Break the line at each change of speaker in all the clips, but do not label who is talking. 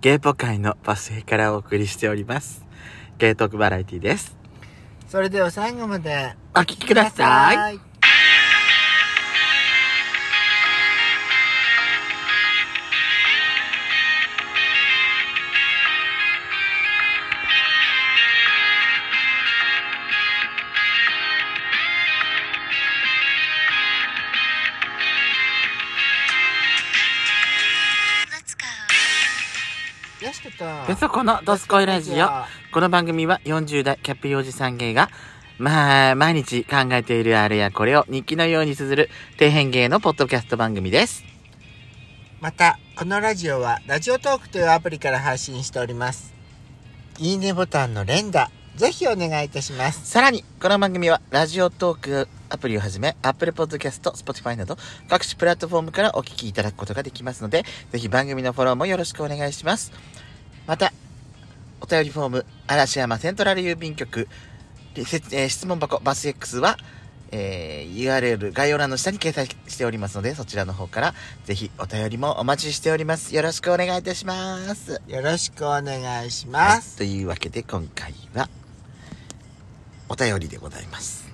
ゲーポ界のバスへからお送りしております。ゲートークバラエティです。
それでは最後まで
お聞きください。
いよしこと
ペソコのドスコイラジオ。この番組は40代キャッピーおじさん芸が、まあ、毎日考えているあれやこれを日記のように綴る底辺芸のポッドキャスト番組です。
またこのラジオはラジオトークというアプリから配信しておりますいいねボタンの連打ぜひお願いいたします
さらに、この番組はラジオトークアプリをはじめ、Apple Podcast、Spotify など各種プラットフォームからお聞きいただくことができますので、ぜひ番組のフォローもよろしくお願いします。また、お便りフォーム、嵐山セントラル郵便局、リせえー質問箱バス X は、えー URL 概要欄の下に掲載しておりますので、そちらの方からぜひお便りもお待ちしております。よろしくお願いいたします。
よろしくお願いします
というわけで今回はお便りでございます。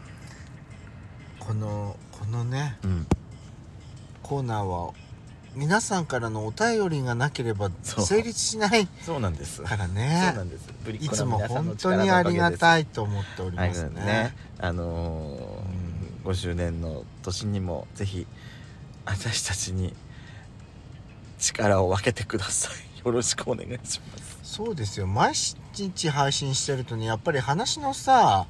このこのね
うん、
コーナーは皆さんからのお便りがなければ
そう
成立しない
そうなんです。
から
そう
ね
なんです。ぶりっ
い
子
つ
の
も
皆さんの
本
力
当
の
にありがた
い
いと思っており
で
ます
す。
ね
ね、あのー5周年の年にもぜひ私たちに力を分けてください。 よろしくお願いします。
そうですよ毎日配信してるとねやっぱり話のさ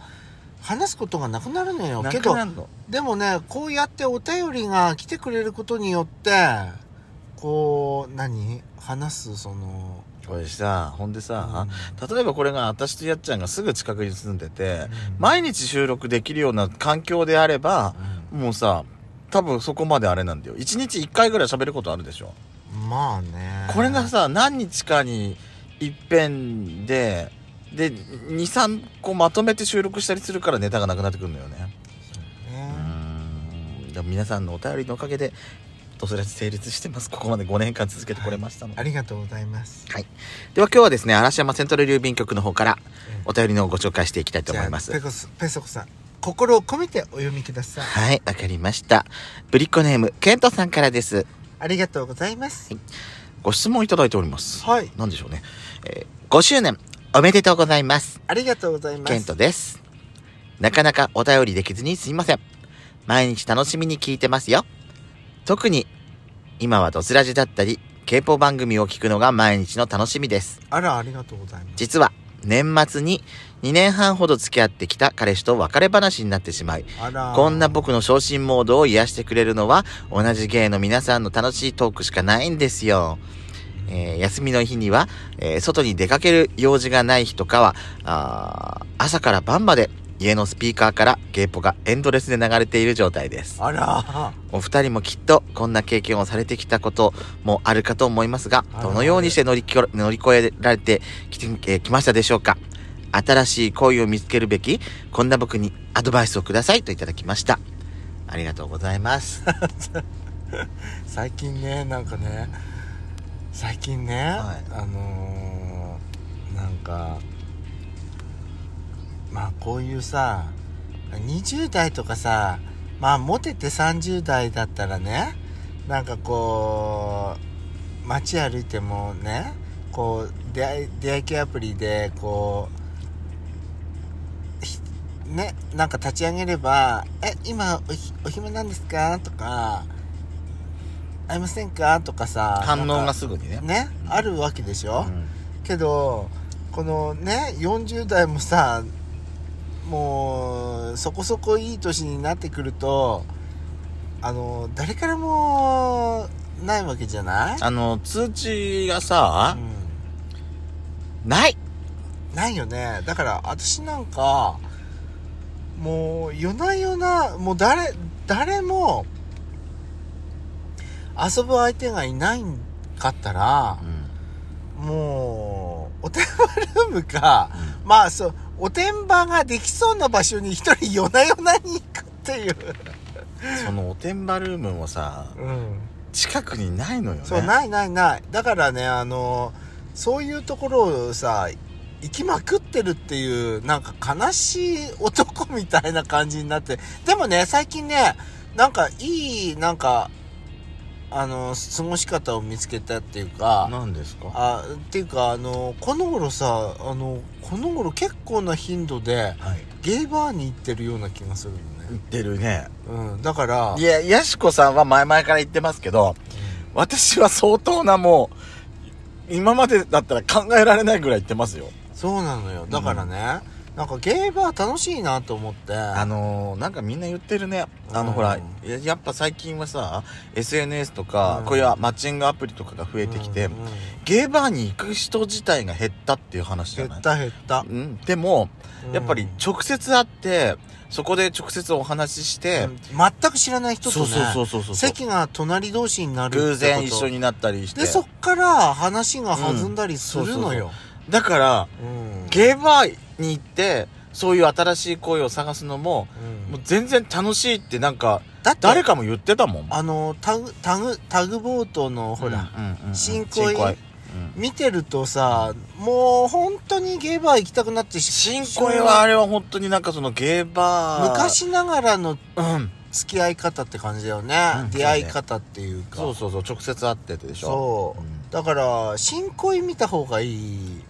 話すことがなくなるのよけど
なくなるの
でもねこうやってお便りが来てくれることによってこう何話すその
これさ、ほんでさ、
う
例えばこれが私とやっちゃんがすぐ近くに住んでて、
ん
毎日収録できるような環境であれば、
う
もうさ、多分そこまであれなんだよ。1日1回ぐらい喋ることあるでしょ。
んまあね
これがさ、何日かに一遍で、で、2、3個まとめて収録したりするからネタがなくなってくるのよね。
そう
う
ね
ーん。でも皆さんのお便りのおかげで、ドスレス成立してます。ここまで5年間続けてこれましたので。
ありがとうございます
では今日はですね、嵐山セントラル郵便局の方から
うん
お便りのご紹介していきたいと
じ
思
ゃ
い
あ
ます
ペ。コスペソコさん心を込めてお読みください
はい、わかりました。ぶりっ子ネーム、ケントさんからです。
ありがとうございます
ご質問いただいております。
はい
なんでしょうね。えー5周年、おめでとうございます。
ありがとうございます
ケントです。なかなかお便りできずにすいません。毎日楽しみに聞いてますよ。特に、今はドスラジだったり、K-POP 番組を聞くのが毎日の楽しみです。
あらありがとうございます
実は、年末に2年半ほど付き合ってきた彼氏と別れ話になってしまい、
あら
こんな僕の昇進モードを癒してくれるのは、同じ芸の皆さんの楽しいトークしかないんですよ。えー休みの日には、えー外に出かける用事がない日とかは、あー朝から晩まで家のスピーカーからゲーポがエンドレスで流れている状態です。
あら
お二人もきっとこんな経験をされてきたこともあるかと思いますが
あ、る
どのようにして乗りきょ乗り越えられてきて、えーきましたでしょうか新しい恋を見つけるべき、こんな僕にアドバイスをくださいといただきました。ありがとうございます。
最近ねなんかね最近ね、
はい
あのーなんかまあこういうさ20代とかさまあモテて30代だったらねなんかこう街歩いてもねこう出会い出会い系アプリでこうひねなんか立ち上げれば「え今おひお暇なんですか?」とか「会いませんか?」とかさ
反応
なん
が
か
すぐにね。
ねあるわけでしょ、けどこのね40代もさもうそこそこいい年になってくるとあの誰からもないわけじゃない、
あの、通知がさ、
う
ない
ん、ないよねだから私なんかもう夜な夜なもう誰誰も遊ぶ相手がいないんかったら、もうお手間ルームかまあそうおてんばができそうな場所に一人夜な夜なに行くっていう、
そのおてんばルームもさ、近くにないのよね。
そうないないないだからねあのそういうところをさ行きまくってるっていうなんか悲しい男みたいな感じになってでもね最近ねなんかいいなんかあの過ごし方を見つけたっていうか
何ですか
あっていうかあのこの頃さあのこの頃結構な頻度で
はい
ゲイバーに行ってるような気がするの
言っ
ね、
てるね
うん、だから
いややしこさんは前々から言ってますけど私は相当なもう今までだったら考えられないぐらい言ってますよ
そうなのよだからね、なんかゲイバー楽しいなと思って
あのー、なんかみんな言ってるねあの、
うん
ほらややっぱ最近はさ SNS とか、
うん
こういうマッチングアプリとかが増えてきて、
うんうん
ゲーバーに行く人自体が減ったっていう話じゃ
減
ない
った減った
うん、でも、やっぱり
うん
直接会ってそこで直接お話しして、
うん全く知らない人と
そ
ね
うそうそうそうそう
席が隣同士になるってこと
偶然一緒になったりして
でそっから話が弾んだりするのよ、
だから
うん
ゲーバーに行ってそういう新しい恋を探すのも
うん
もう全然楽しいってなんか
だって
誰かも言ってたもん
あのタグタグタグボートのほら、
うんうんうんうん
新恋
うん
見てるとさもう本当にゲイバー行きたくなってし
新恋はあれは本当になんかそのゲーバー
昔ながらの
うん
付き合い方って感じだよね、
うん
出会い方っていうか
そうそうそう直接会っててでしょ
そう
うん
だから新恋見た方がいい、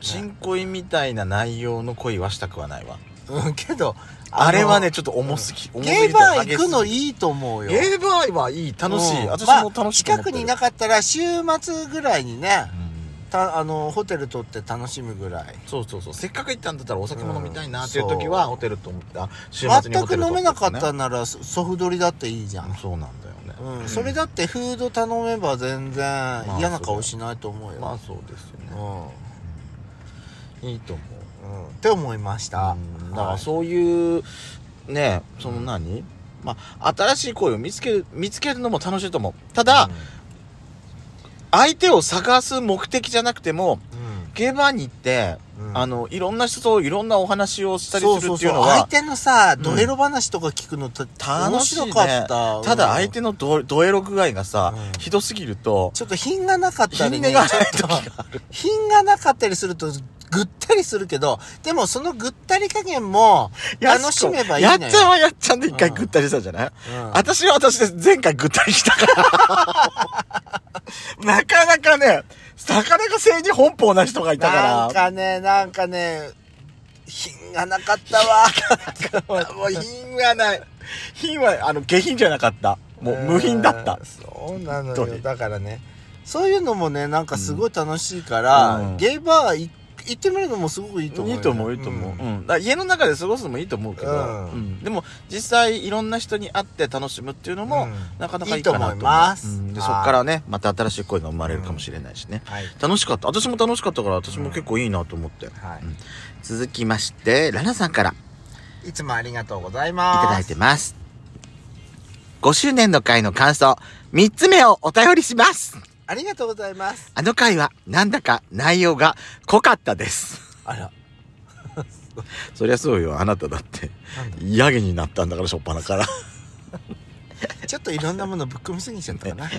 新恋みたいな内容の恋はしたくはないわ
うん、けど
あれはね
の
ちょっと重すぎ重すぎて
ゲイバー行
激しす
く
ぎ
のいいと思うよ
ゲイバーはいい楽しい、
うん
私
まあ
も楽しいと思
近
って
く
る、
になかったら週末ぐらいにね
うん
たあのホテル取って楽しむぐらい
そうそうそうせっかく行ったんだったらお酒も飲みたいなっていう時は、
うん
ホテルと思ってあ週末に
全
ホテ
く
ルと
飲
思
め
て
なかった
ね
ならそソフドリだっていいじゃん
そうなんだよね、
うん
うん
それだってフード頼めば全然
あ
嫌な顔しないと思うよ、
まあそうですよね、いいと思う
うん、うんって思いました、
うんだからそういうねその何、まあ新しい恋を見つける見つけるのも楽しいと思うただ、
はい
相手を探す目的じゃなくても
うん
ゲーバーに行って、
うん
あのいろんな人といろんなお話をしたり
そう
する
そう
ってい
そうう
の
相
は
手のさ
うん
ドエロ話とか聞くのた
楽しいね
面白かった、うん
ただ相手のドドエロ具合がさ、
うん
ひどすぎると
ちょっと品がなかったり
品根
ね
が
ち
ない時
ょっと
がある
品がなかったりするとぐったりするけどでもそのぐったり加減も楽しめばいいの
や
よ
っちゃんはやっちゃんで一回ぐったりしたじゃない、
うん
私は私で前回ぐったりしたから。 なかなかね、なかなか性に奔放な人がいた
なん
から。
かねなんかね品がなかったわ
もう品はない。品は、あの、下品じゃなかった。もう無品だった
えー。そうな
本
の
当
よ
に
だからねそういうのもねなんかすごい楽しいから、
うん
ゲイバーい行ってみるのもすごくいいと思う
い
よ
いと思う、いいと思う。うん。だから家の中で過ごすのもいいと思うけど。
うん
うんでも、実際いろんな人に会って楽しむっていうのも、
うん
なかなかいいかなと思う。
いいと思います
うんでそこからね、また新しい声が生まれるかもしれないしね。
はい
楽しかった。私も楽しかったから、私も結構いいなと思って。
は
うん続きまして、ラナさんから。
い、いつもありがとうござい
い
ます
ただいてます。5周年の回の感想、3つ目をお便りします。
ありがとうございます
あの回は、なんだか内容が濃かったです。
あら
そりゃそうよ、あなただって。
なんだ
やげになったんだから、しょっぱなから。
ちょっといろんなものぶっ込みすぎちゃったかな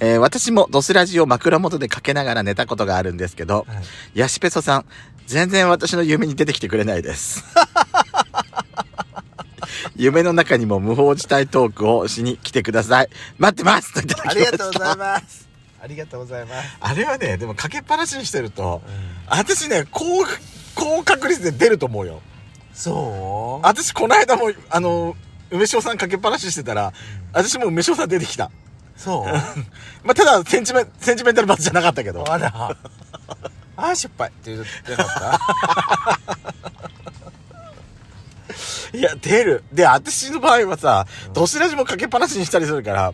えー私もドスラジを枕元でかけながら寝たことがあるんですけど、
はい
ヤシペソさん、全然私の夢に出てきてくれない です。夢の中にも無法地帯トークをしに来てください。待ってますといただきま
あ
した
りがとうございます。ありがとうございます。
あれはね、でもかけっぱなしにしてると、私ね、高、高確率で出ると思うよ。
そう
私この間も、あの、梅塩さんかけっぱなししてたら、私も梅塩さん出てきた。
そう
まあ、ただ、センチメン、センチメンタルバズじゃなかったけど。
あら。あー、失敗って言ってなかっ
いや、出る。で、私の場合はさ、どしらじもかけっぱなしにしたりするから、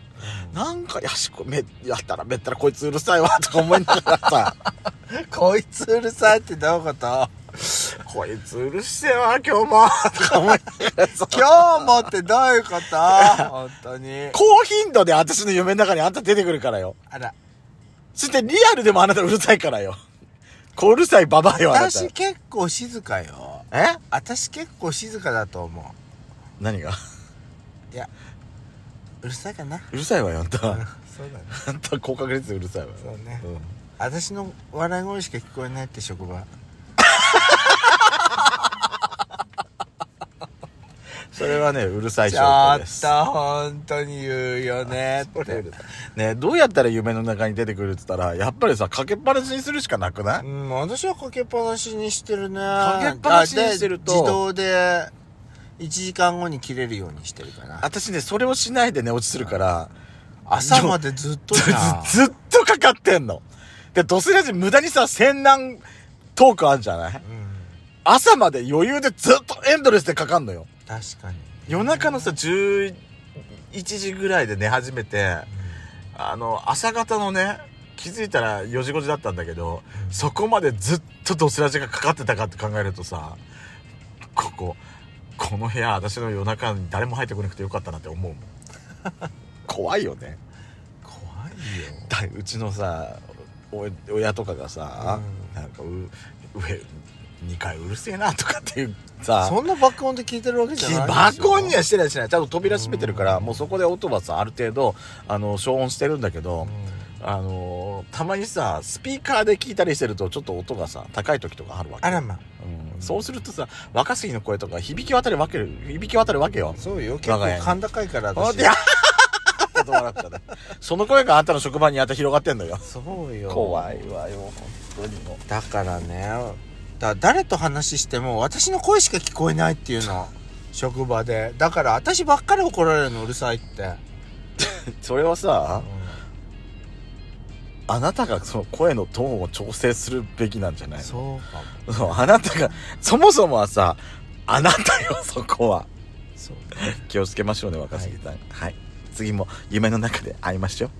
なんか、やしこ、め、やったらめったらこいつうるさいわ、とか思いながらさ、
たこいつうるさいってどういうこと
こいつうるせえわ、今日も、とか思いながらさ、
今日もってどういうこと本当に。
高頻度で私の夢の中にあんた出てくるからよ。
あら。
そしてリアルでもあなたうるさいからよ。こううるさいババアよ、あなた
私。結構静かよ。
え
私結構静かだと思
何が
う。いや、うるさいかな。
うるさいわよ、あんた。
そそうだね
あんた高確率でうるさいわ
そうね
ん
私の笑い声しか聞こえないって職場
それはねうるさい
ち
証
ょっ
拠です
と本当に言うよねっ
それう
て
るさいねどうやったら夢の中に出てくるっつったらやっぱりさかけっぱなしにするしかなくない、
うん私はかけっぱなしにしてるね
かけっぱなしにしてると
あで自動で1時間後に切れるようにしてるかな
私ねそれをしないで寝落ちするから
朝までずっと
ず
じゃん
ずっとかかってんのでドスラジ無駄にさ洗難トークあんじゃない
うん
朝まで余裕でずっとエンドレスでかかんのよ
確かに
夜中のさ11時ぐらいで寝始めてあの朝方のね気づいたら4時5時だったんだけどそこまでずっとドスラジがかかってたかって考えるとさこここの部屋私の夜中に誰も入ってこなくてよかったなって思うもん 怖いよね
怖いよ
だうちのさお親とかがさ、
うん
なんかう上2階うるせえなとかっていうさ
そんな爆音で聞いてるわけじゃない
バコンには
し
してないしないちゃんと扉閉めてるから、
うん
もうそこで音はさある程度あの消音してるんだけど、あのーたまにさスピーカーで聞いたりしてるとちょっと音がさ高い時とかあるわけ
あらま
うん、そうするとさ若杉の声とか響き渡るわけ響き渡るわけよ
そうよ結
我が家
構
に
甲高いから
あ
私
であははははって止まらなくちゃねその声があんたの職場にあんた広がってんのよ
そうよ
怖いわよ本当にもう
だからねだ誰と話しても私の声しか聞こえないっていうの職場でだから私ばっかり怒られるのうるさいって、
それはさあなたがその声のトーンを調整するべきなんじゃないの
そうかも
そう あなたがそもそもはさあなたよそこは
そう
気をつけましょうね若杉さんはい、次も夢の中で会いましょう